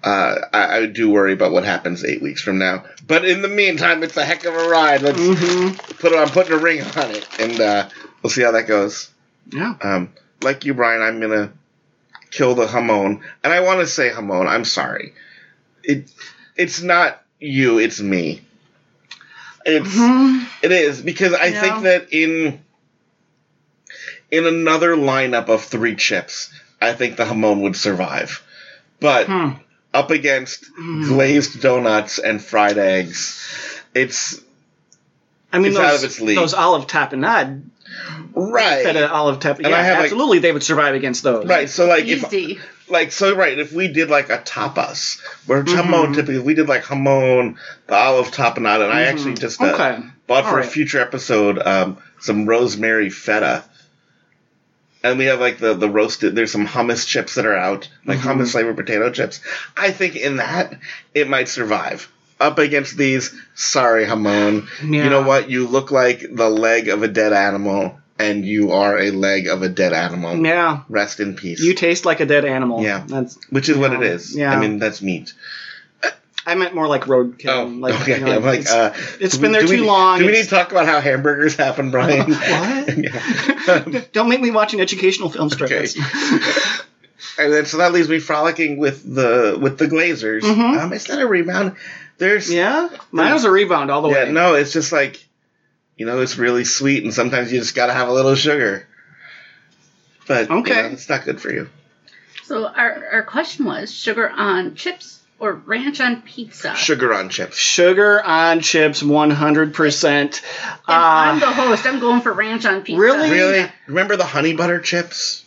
S3: uh, I, I do worry about what happens eight weeks from now, but in the meantime, it's a heck of a ride. Let's
S2: Mhm.
S3: put. I'm putting a ring on it, and uh, we'll see how that goes.
S2: Yeah.
S3: Um, like you, Brian, I'm gonna kill the Hamon, and I want to say Hamon. I'm sorry. It it's not you. It's me. It's
S2: Mhm.
S3: it is because I
S2: Yeah.
S3: think that in in another lineup of three chips, I think the Hamon would survive. But
S2: Hmm.
S3: up against
S2: Hmm.
S3: glazed donuts and fried eggs, it's
S2: I mean,
S3: It's
S2: those,
S3: out of its league.
S2: those olive tapenade,
S3: right.
S2: feta olive tapenade.
S3: And I
S2: Yeah,
S3: have, like-
S2: absolutely, they would survive against those.
S3: Right. So like if
S1: Easy.
S3: like so right if we did like a tapas where jamon
S2: Mhm.
S3: typically if we did like jamon the olive tapenade and i actually just uh,
S2: Mm-hmm. Okay.
S3: bought for a
S2: Alright.
S3: future episode um, some rosemary feta and we have like the the roasted there's some hummus chips that are out like
S2: Mhm.
S3: hummus flavored potato chips i think in that it might survive up against these sorry jamon
S2: Yeah.
S3: you know what you look like the leg of a dead animal and you are a leg of a dead animal
S2: Yeah.
S3: rest in peace
S2: You taste like a dead animal.
S3: Yeah.
S2: That's.
S3: which is what
S2: Yeah.
S3: it is.
S2: Um, Yeah.
S3: I mean, that's meat.
S2: I meant more like roadkill.
S3: Oh,
S2: like,
S3: okay.
S2: you know,
S3: I'm like,
S2: it's,
S3: uh,
S2: it's
S3: do
S2: been
S3: we-
S2: there
S3: do
S2: too
S3: we-
S2: long.
S3: Do we need
S2: It's-
S3: to talk about how hamburgers happen, Brian?
S2: What?
S3: yeah. Um,
S2: Don't make me watch an educational film strip.
S3: Okay. and then so that leaves me frolicking with the with the Glazers.
S2: Mhm.
S3: Um, it's not a rebound. There's
S2: yeah. Mine was a rebound all the
S3: yeah,
S2: way.
S3: no. It's just like you know, it's really sweet, and sometimes you just gotta have a little sugar. But you
S2: Okay.
S3: know, it's not good for you.
S1: So our, our question was sugar on chips or ranch on pizza?
S3: Sugar on chips.
S2: Sugar on chips, 100%.
S1: And I'm
S2: Uh,
S1: the host. I'm going for ranch on pizza.
S2: Really?
S3: Ah. Really? Remember the honey butter chips?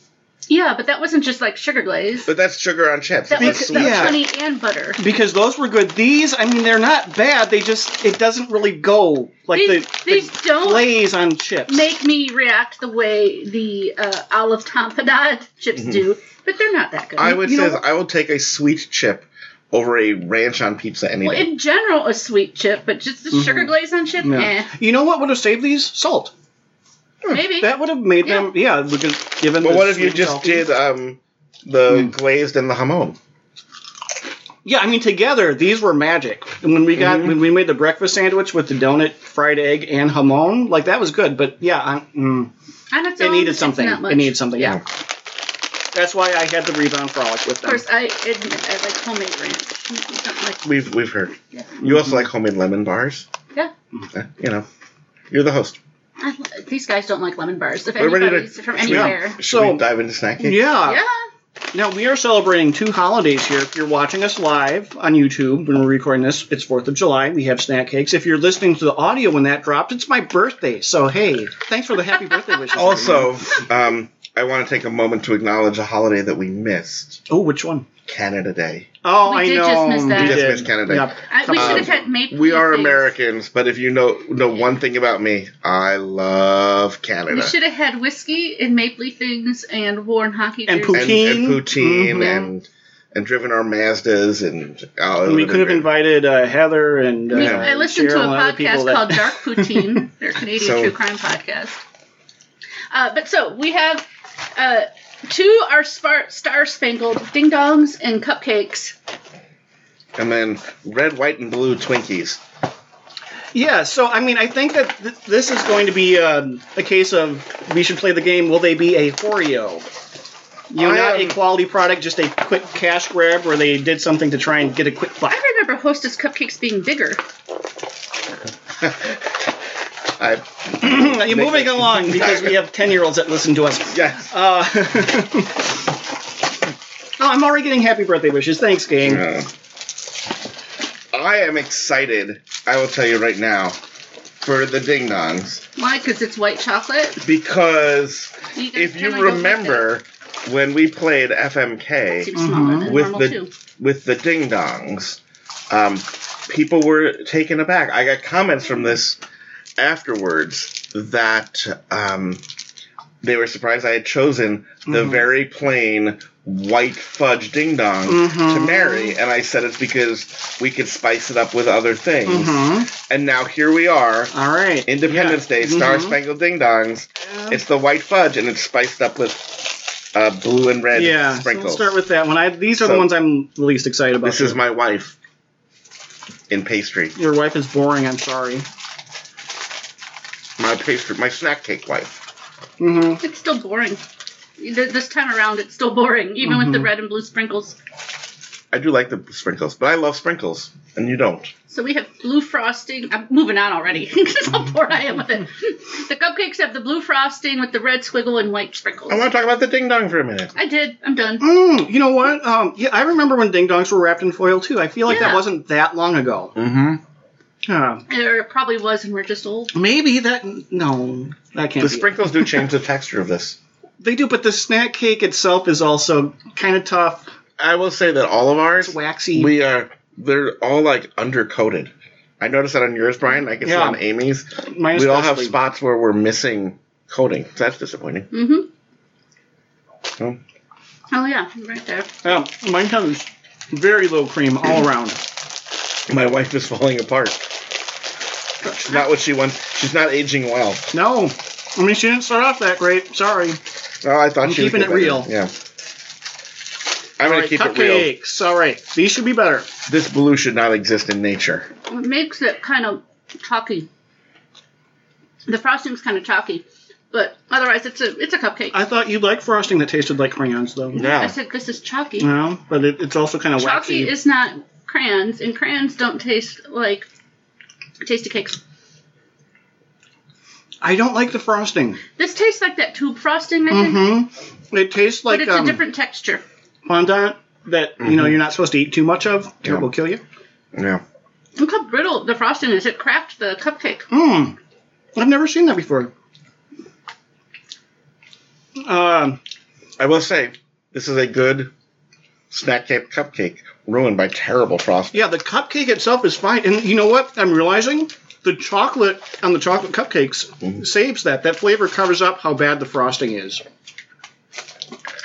S1: Yeah, but that wasn't just like sugar glaze.
S3: But that's sugar on chips.
S1: that
S3: That's
S1: was,
S2: because-
S1: that was
S2: yeah.
S1: honey and butter.
S2: because those were good. These, I mean, they're not bad. They just, it doesn't really go like
S1: these
S2: the,
S1: these
S2: the
S1: don't
S2: glaze on chips.
S1: make me react the way the uh, olive tapenade chips do, but they're not that good.
S3: Mm-hmm. I would
S2: You
S3: say
S2: know-
S3: I will take a sweet chip over a ranch on pizza any
S1: well,
S3: day.
S1: in general, a sweet chip, but just the sugar
S3: Mm-hmm.
S1: glaze on chip,
S2: Yeah.
S1: eh,
S2: You know what would have saved these? Salt.
S1: maybe.
S2: That would have made them. Yeah, we could give them.
S3: but
S2: the
S3: what if you
S2: sweet
S3: just
S2: salt.
S3: did um, the glazed and the hamon?
S2: Yeah, I mean, together these were magic. And when we got
S3: Mhm.
S2: when we made the breakfast sandwich with the donut, fried egg, and hamon, like that was good. But yeah, I, mm,
S1: On its
S2: it
S1: own,
S2: needed
S1: it's
S2: something.
S1: not much.
S2: It needed something. Yeah.
S3: Yeah.
S2: That's why I had the rebound frolic with
S1: Of
S2: them.
S1: course, I admit I like homemade ranch. Something like
S3: We've we've heard.
S1: Yeah.
S3: You also like homemade lemon bars.
S1: Yeah.
S3: Uh, you know, you're the host.
S1: I, these guys don't like lemon bars. If
S3: We're ready to-
S1: anybody's from anywhere,
S3: Should
S2: So-
S3: we dive into snacking?
S2: Yeah.
S1: yeah,
S2: Now we are celebrating two holidays here. If you're watching us live on YouTube when we're recording this, it's Fourth of July. We have snack cakes. If you're listening to the audio when that drops, it's my birthday. So hey, thanks for the happy birthday wishes. everyone.
S3: Also, um, I want to take a moment to acknowledge a holiday that we missed:
S2: oh, which one?
S3: Canada Day.
S2: Oh,
S1: We
S2: I
S1: did
S2: know.
S1: just miss that.
S3: We
S2: did.
S3: just missed Canada Day.
S2: Yep.
S1: I, we
S2: Um,
S1: should have had maple.
S3: We are
S1: things.
S3: Americans, but if you know know one thing about me, I love Canada.
S1: We should have had whiskey and maple things and worn hockey
S2: And
S1: jerseys.
S3: and, and
S2: Poutine.
S3: poutine
S1: Mhm.
S3: and and driven our Mazdas and oh, it
S2: And we
S3: would've
S2: could have
S3: been great.
S2: invited uh, Heather and uh,
S1: We- I listened
S2: Cheryl
S1: to a
S2: and other
S1: podcast
S2: people that-
S1: called Dark Poutine. They're a Canadian
S3: So-
S1: true crime podcast. Uh, but so we have uh, two are spar- star spangled ding dongs and cupcakes.
S3: and then red, white, and blue Twinkies.
S2: Yeah, so I mean, I think that th- this is going to be um, a case of we should play the game. Will they be a Oreo? You know,
S3: I
S2: not
S3: am-
S2: a quality product, just a quick cash grab where they did something to try and get a quick buck.
S1: I remember Hostess cupcakes being bigger.
S3: I
S2: You're moving along because we have ten-year-olds that listen to us.
S3: yes.
S2: Uh, oh, I'm already getting happy birthday wishes. Thanks, game.
S3: Uh, I am excited. I will tell you right now for the Ding Dongs
S1: Why? Because it's white chocolate.
S3: because
S1: You guys
S3: if you
S1: kinda don't like
S3: remember when we played
S1: that.
S3: FMK
S1: seems smaller than
S3: with
S1: normal
S3: the-
S1: too.
S3: with the Ding Dongs, um, people were taken aback. I got comments from this afterwards that um, they were surprised I had chosen the
S2: Mhm.
S3: very plain white fudge ding dong to
S2: Mhm.
S3: marry, and I said it's because we could spice it up with other things.
S2: Mhm.
S3: And now here we are.
S2: All right.
S3: Independence Day,
S2: Mhm.
S3: Star Spangled Ding Dongs. It's the white fudge, and it's spiced up with uh, blue and red
S2: yeah. So
S3: sprinkles.
S2: let's start with that one. I, these are
S3: So-
S2: the ones I'm least excited about.
S3: This is my wife in pastry.
S2: Your wife is boring. I'm sorry.
S3: My pastry, my snack cake wife.
S2: hmm
S1: It's still boring. Th- This time around, it's still boring, even with the red and blue sprinkles.
S3: I do like the sprinkles, but I love sprinkles, and you don't.
S1: So we have blue frosting. I'm moving on already. That's how bored I am with it. The cupcakes have the blue frosting with the red squiggle and white sprinkles.
S3: I want to talk about the ding dong for a minute.
S1: I did. I'm done.
S2: Mm, you know what? Um, yeah, I remember when ding dongs were wrapped in foil too. I feel like
S1: Yeah.
S2: that wasn't that long ago.
S3: Mm-hmm.
S2: Uh,
S1: There probably was, and we're just old.
S2: maybe that no, that can't.
S3: The
S2: be
S3: sprinkles do change the texture of this.
S2: it. They do, but the snack cake itself is also kind of tough.
S3: I will say that all of
S2: It's
S3: ours,
S2: waxy.
S3: we are they're all like undercoated. I noticed that on yours, Brian. I can see
S2: Yeah.
S3: on Amy's.
S2: Mine
S3: we all have
S2: especially.
S3: spots where we're missing coating. So that's disappointing.
S1: Mm-hmm.
S3: Oh.
S1: Oh yeah, right there.
S2: Yeah, mine has very low cream all around.
S3: My wife is falling apart. She's not what she wants. She's not aging well.
S2: No, I mean she didn't start off that great. Sorry.
S3: Oh, I thought
S2: I'm
S3: she was
S2: keeping it real.
S3: Yeah. I'm gonna
S2: All right,
S3: keep it real.
S2: cupcakes. All right, these should be better.
S3: This blue should not exist in nature.
S1: It makes it kind of chalky. The frosting's kind of chalky, but otherwise it's a it's a cupcake. I,
S2: I thought you'd like frosting that tasted like crayons, though.
S3: Yeah.
S1: said this is chalky.
S2: No, but it, it's also kind of
S1: Chalky
S2: Mm, waxy.
S1: is not crayons, and crayons don't taste like tasty cakes.
S2: I don't like the frosting.
S1: This tastes like that tube frosting, I think,
S2: Mm-hmm. It tastes
S1: but
S2: like
S1: it's
S2: um,
S1: a different texture.
S2: fondant that you know
S3: Mhm.
S2: you're not supposed to eat too much of.
S3: Yeah.
S2: It will kill you.
S3: Yeah.
S1: Look how brittle the frosting is. It cracked the cupcake.
S2: Mm. I've never seen that before. Um,
S3: I will say, this is a good snack cake cupcake ruined by terrible frosting.
S2: yeah, the cupcake itself is fine, and you know what? I'm realizing the chocolate on the chocolate cupcakes
S3: Mhm.
S2: saves that. That flavor covers up how bad the frosting is.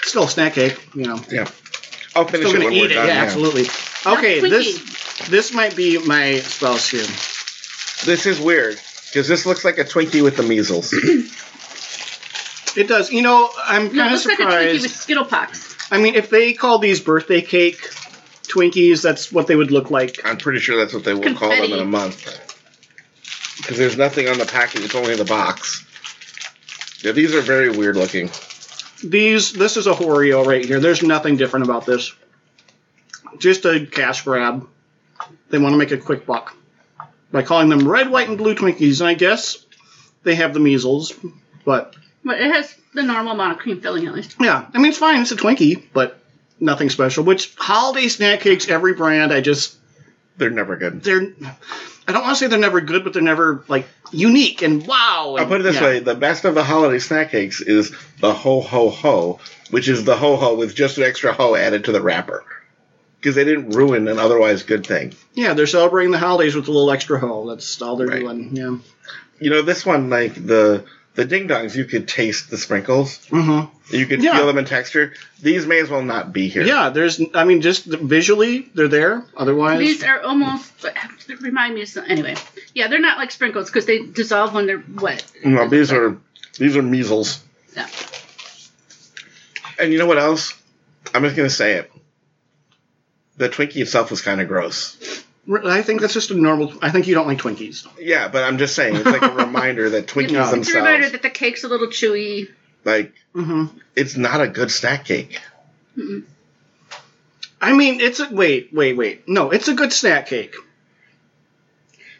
S2: Still snack cake, you know.
S3: Yeah. I'll finish
S2: Still gonna
S3: it when
S2: eat
S3: we're
S2: it.
S3: done.
S2: yeah,
S3: yeah.
S2: absolutely. Okay,
S1: Not
S2: this this might be my spouse here.
S3: This is weird because this looks like a Twinkie with the measles.
S2: It does. You know, I'm
S1: No, it
S2: kind of
S1: looks like a Twinkie
S2: surprised.
S1: with Skittle Pox.
S2: I mean, if they called these birthday cake Twinkies, that's what they would look like.
S3: I'm pretty sure that's what they will call them in
S1: Confetti.
S3: a month. Because there's nothing on the package; it's only in the box. Yeah, these are very weird looking.
S2: These, this is a Oreo right here. There's nothing different about this. Just a cash grab. They want to make a quick buck by calling them red, white, and blue Twinkies. And I guess they have the measles, but
S1: But it has the normal amount of cream filling, at least.
S2: yeah, I mean it's fine. It's a Twinkie, but nothing special. Which holiday snack cakes, every brand, I just
S3: They're never good.
S2: they're. I don't want to say they're never good, but they're never like unique and wow.
S3: I'll
S2: and-
S3: put it this
S2: yeah.
S3: way: the best of the holiday snack cakes is the ho ho ho, which is the ho ho with just an extra ho added to the wrapper, because they didn't ruin an otherwise good thing.
S2: Yeah, they're celebrating the holidays with a little extra hoe. That's all they're
S3: Right.
S2: doing. Yeah.
S3: You know, this one like the the ding dongs, you could taste the sprinkles,
S2: Mm-hmm.
S3: you could
S2: Yeah.
S3: feel them in texture. These may as well not be here.
S2: Yeah. There's. I mean, just visually, they're there. Otherwise,
S1: These are almost, but remind me of some, anyway. Yeah, they're not like sprinkles because they dissolve when they're wet.
S3: No, these are these are measles.
S1: Yeah.
S3: And you know what else? I'm just gonna say it. The Twinkie itself was kind of gross.
S2: I think that's just a normal. I think you don't like Twinkies.
S3: Yeah, but I'm just saying it's like a reminder that Twinkies
S2: Yeah.
S1: It's a reminder
S3: themselves,
S1: that the cake's a little chewy.
S3: like,
S2: Mm-hmm.
S3: it's not a good snack cake.
S1: Mm-mm.
S2: I mean, it's a wait, wait, wait. No, it's a good snack cake.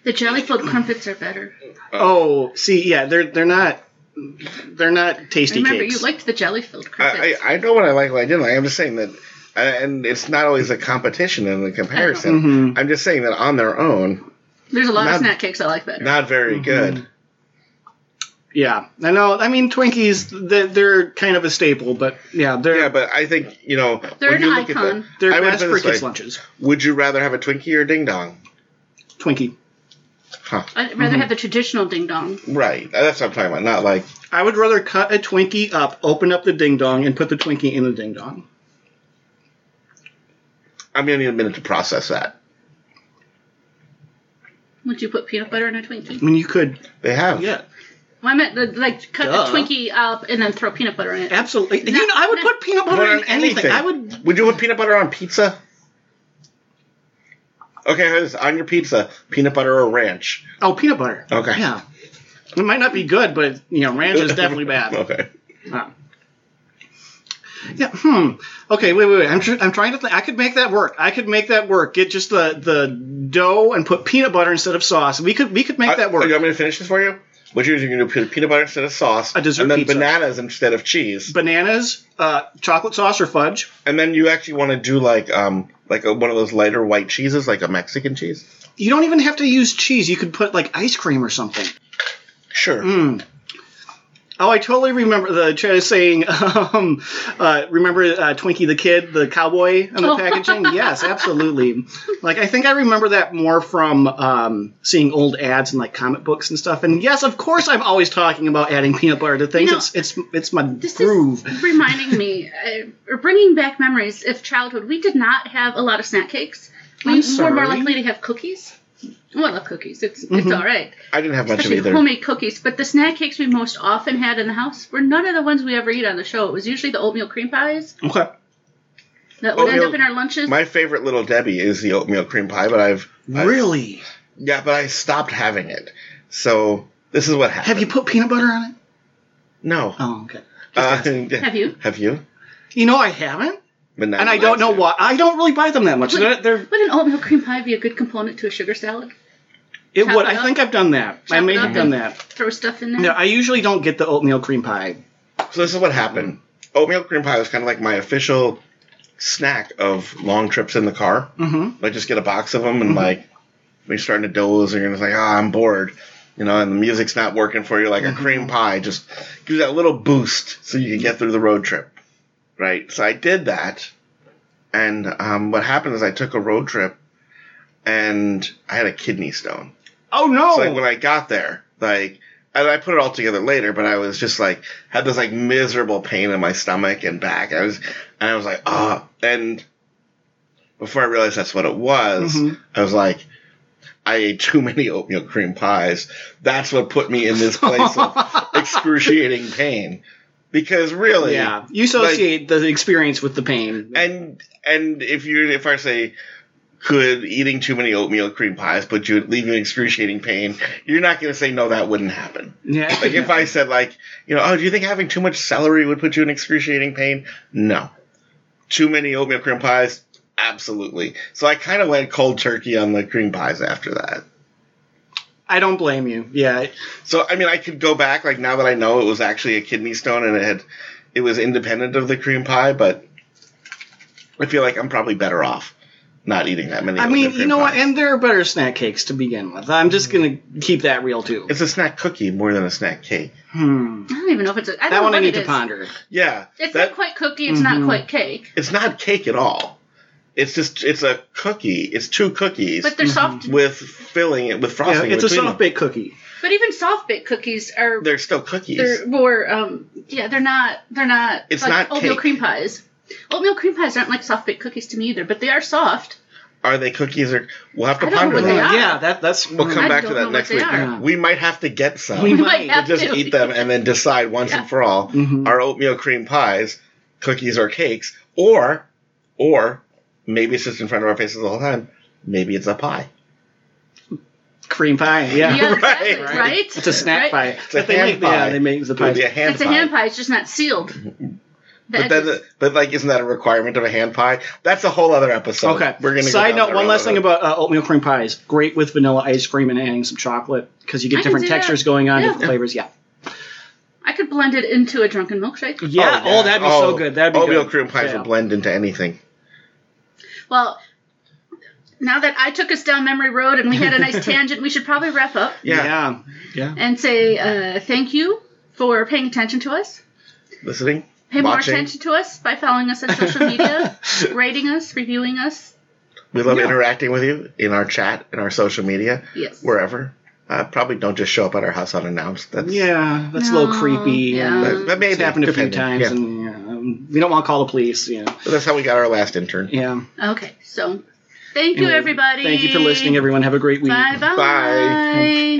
S1: The jelly filled crumpets are better.
S2: Oh, see, yeah, they're they're not. They're not tasty
S1: Remember,
S2: cakes.
S1: you liked the jelly filled
S3: I,
S1: crumpets.
S3: I, I know what I like, what I didn't like. I'm just saying that, uh, and it's not always a competition and a comparison.
S2: Mhm.
S3: I'm just saying that on their own,
S1: There's a lot
S3: Not-
S1: of snack cakes I like better.
S3: not very
S2: Mm-hmm.
S3: good.
S2: Yeah, I know. I mean, Twinkies, they're, they're kind of a staple, but yeah, they're
S3: Yeah, but I think you know
S1: They're
S3: when
S1: an
S3: you look
S1: icon.
S3: at
S2: they're
S3: I would
S2: best
S3: put it
S2: for
S3: this way.
S2: kids' lunches.
S3: the, would you rather have a Twinkie or a Ding Dong?
S2: Twinkie.
S3: Huh.
S1: I'd rather
S3: Mm-hmm.
S1: have the traditional ding dong.
S3: Right. That's what I'm talking about. Not like
S2: I would rather cut a Twinkie up, open up the ding dong, and put the Twinkie in the ding dong.
S3: I'm gonna need a minute to process that.
S1: Would you put peanut butter in a Twinkie?
S2: I mean, you could,
S3: They have.
S2: yeah,
S1: Well, I meant the, like cut
S2: Duh.
S1: the Twinkie up and then throw peanut butter in it.
S2: absolutely. you
S1: Not-
S2: know, I would
S1: not-
S2: put peanut butter
S3: Put
S2: in
S3: on
S2: anything. I would.
S3: Would you put peanut butter on pizza? Okay, here's- on your pizza, peanut butter or ranch?
S2: Oh, peanut butter.
S3: Okay.
S2: Yeah, it might not be good, but you know, ranch is definitely bad.
S3: okay.
S2: Yeah. Ah. Yeah. Hmm. Okay. Wait. Wait. Wait. I'm. Tr- I'm trying to. think. I could make that work. I could make that work. Get just the the dough and put peanut butter instead of sauce. We could. We could make
S3: I-
S2: that work.
S3: Uh, You want me to finish this for you? What you're going to do pe- peanut butter instead of sauce,
S2: A dessert
S3: and then
S2: pizza.
S3: bananas instead of cheese,
S2: Bananas, uh, chocolate sauce, or fudge.
S3: and then you actually want to do like um like a, one of those lighter white cheeses, like a Mexican cheese.
S2: You don't even have to use cheese. You could put like ice cream or something.
S3: Sure.
S2: Mm. Oh, I totally remember the chat saying, um, uh, remember uh, Twinkie the Kid, the cowboy on the
S1: Oh.
S2: packaging? yes, absolutely. Like, I think I remember that more from um, seeing old ads in like comic books and stuff. And yes, of course, I'm always talking about adding peanut butter to things.
S1: You know,
S2: it's, it's, it's my
S1: This
S2: groove.
S1: is reminding me, uh, or bringing back memories of childhood. We did not have a lot of snack cakes. We
S2: I'm
S1: were more
S2: sorry.
S1: likely to have cookies. Oh, I love cookies. It's it's
S2: Mhm.
S1: all right,
S3: I didn't have much of
S1: especially
S3: either.
S1: homemade cookies. But the snack cakes we most often had in the house were none of the ones we ever eat on the show. It was usually the oatmeal cream pies
S2: Okay.
S1: that would end
S3: Oatmeal-
S1: up in our lunches.
S3: My favorite little Debbie is the oatmeal cream pie, but I've, I've
S2: Really?
S3: yeah, but I stopped having it. So this is what happened.
S2: Have you put peanut butter on it?
S3: No.
S2: Oh, okay.
S3: Uh,
S1: have you?
S3: Have you?
S2: You know, I haven't.
S3: But now
S2: And
S3: you
S2: I don't
S3: have
S2: know
S3: to.
S2: why. I don't really buy them that much. They're, they're,
S1: Would an oatmeal cream pie be a good component to a sugar salad?
S2: it
S1: Chop
S2: would.
S1: it
S2: I
S1: up.
S2: think I've done that. I
S1: Chop
S2: may
S1: it up
S2: have done
S1: and-
S2: that.
S1: Throw stuff in there.
S2: No, I usually don't get the oatmeal cream pie.
S3: So this is what happened. Oatmeal cream pie was kind of like my official snack of long trips in the car.
S2: Mm-hmm.
S3: I just get a box of them and like when you're starting to doze and you're just like, ah, I'm bored. You know, and the music's not working for you like a
S2: Mm-hmm.
S3: cream pie. Just give you that little boost so you can get through the road trip. Right. So I did that. And um, what happened is I took a road trip and I had a kidney stone.
S2: Oh no!
S3: So like when I got there, like and I put it all together later, but I was just like had this like miserable pain in my stomach and back. I was and I was like, ah and before I realized that's what it was,
S2: Mhm.
S3: I was like, I ate too many oatmeal cream pies. That's what put me in this place of excruciating pain. Because really
S2: yeah, you associate the experience with the pain.
S3: and and if you if I say could eating too many oatmeal cream pies put you leave you in excruciating pain, you're not gonna say no that wouldn't happen.
S2: yeah,
S3: Like if I said like, you know, oh, do you think having too much celery would put you in excruciating pain? No. Too many oatmeal cream pies? Absolutely. So I kind of went cold turkey on the cream pies after that.
S2: I don't blame you. Yeah,
S3: So I mean, I could go back like now that I know it was actually a kidney stone and it had it was independent of the cream pie, but I feel like I'm probably better off not eating that many.
S2: I
S3: oatmeal
S2: mean, you
S3: cream
S2: know what?
S3: pies.
S2: And there are better snack cakes to begin with. I'm just gonna keep that real too.
S3: it's a snack cookie more than a snack cake.
S2: Hmm.
S1: I don't even know if it's. A, I don't
S2: That
S1: know
S2: one
S1: what
S2: I need
S1: it
S2: to
S1: is.
S2: ponder.
S3: Yeah,
S1: It's
S3: that-
S1: not quite cookie. It's
S2: Mhm.
S1: not quite cake.
S3: it's not cake at all. It's just it's a cookie. It's two cookies
S1: But they're
S2: Mm-hmm.
S1: soft.
S3: with filling it with
S2: Yeah,
S3: frosting.
S2: it's a
S3: between
S2: soft
S3: them.
S2: baked cookie.
S1: But even soft baked cookies are
S3: They're still cookies.
S1: they're more um yeah they're not they're not
S3: It's
S1: like
S3: not
S1: oatmeal
S3: cake.
S1: cream pies. Oatmeal cream pies aren't like soft baked cookies to me either, but they are soft.
S3: Are they cookies or we'll have to
S1: I don't know
S3: ponder
S1: what they
S3: that.
S1: are.
S2: Yeah, that that's.
S3: We'll come
S1: I
S3: back to
S1: don't know
S3: that
S1: what
S3: next
S1: they
S3: week.
S1: are.
S3: We might have to get some.
S2: We
S1: We
S2: might
S1: might have
S3: just
S1: to
S3: eat them and then decide once
S1: Yeah.
S3: and for all
S2: Mhm.
S3: are oatmeal cream pies cookies or cakes or or maybe it's just in front of our faces the whole time maybe it's a pie
S2: cream pie. Yeah.
S1: Yeah, exactly,
S3: Right,
S1: right,
S3: right.
S2: It's a snack
S1: Right?
S2: pie.
S3: It's a
S2: But they
S3: hand
S2: make,
S3: pie.
S2: Yeah, they make the
S3: it would
S2: pie.
S3: be a hand
S1: It's a
S3: pie
S1: hand pie. It's just not sealed.
S3: but
S1: That
S3: then
S1: is-
S3: but like isn't that a requirement of a hand pie that's a whole other episode
S2: Okay.
S3: we're gonna go
S2: Side
S3: down
S2: note:
S3: that
S2: one
S3: road
S2: last
S3: of
S2: thing
S3: it.
S2: about uh, oatmeal cream pies. Great with vanilla ice cream and adding some chocolate because you
S1: I
S2: get
S1: can
S2: different
S1: do that.
S2: textures going on,
S1: Yeah.
S2: different flavors. Yeah.
S1: I could blend it into a drunken milkshake.
S2: Yeah. Oh,
S3: yeah.
S2: that'd be
S3: Oh,
S2: so good. That'd be
S3: oatmeal
S2: good.
S3: cream pies
S2: Yeah.
S3: will blend into anything
S1: Well, now that I took us down memory road and we had a nice tangent, we should probably wrap up.
S3: yeah,
S2: Yeah. Yeah.
S1: and say uh, thank you for paying attention to us.
S3: listening
S1: Pay more
S3: Watching.
S1: attention to us by following us on social media, rating us, reviewing us.
S3: we love
S2: Yeah.
S3: interacting with you in our chat in our social media
S1: Yes.
S3: wherever uh, probably don't just show up at our house unannounced that's
S2: Yeah, That's a little
S1: No,
S2: creepy.
S1: Oh, yeah.
S2: and
S3: that, that may
S2: It's happened a few times,
S3: depending. Yeah.
S2: and yeah, um, we don't want to call the police. Yeah.
S3: But that's how we got our last intern.
S2: Yeah.
S1: Okay, so thank you,
S2: Anyway,
S1: everybody.
S2: Thank you for listening, everyone. Have a great week.
S1: Bye-bye.
S3: Bye.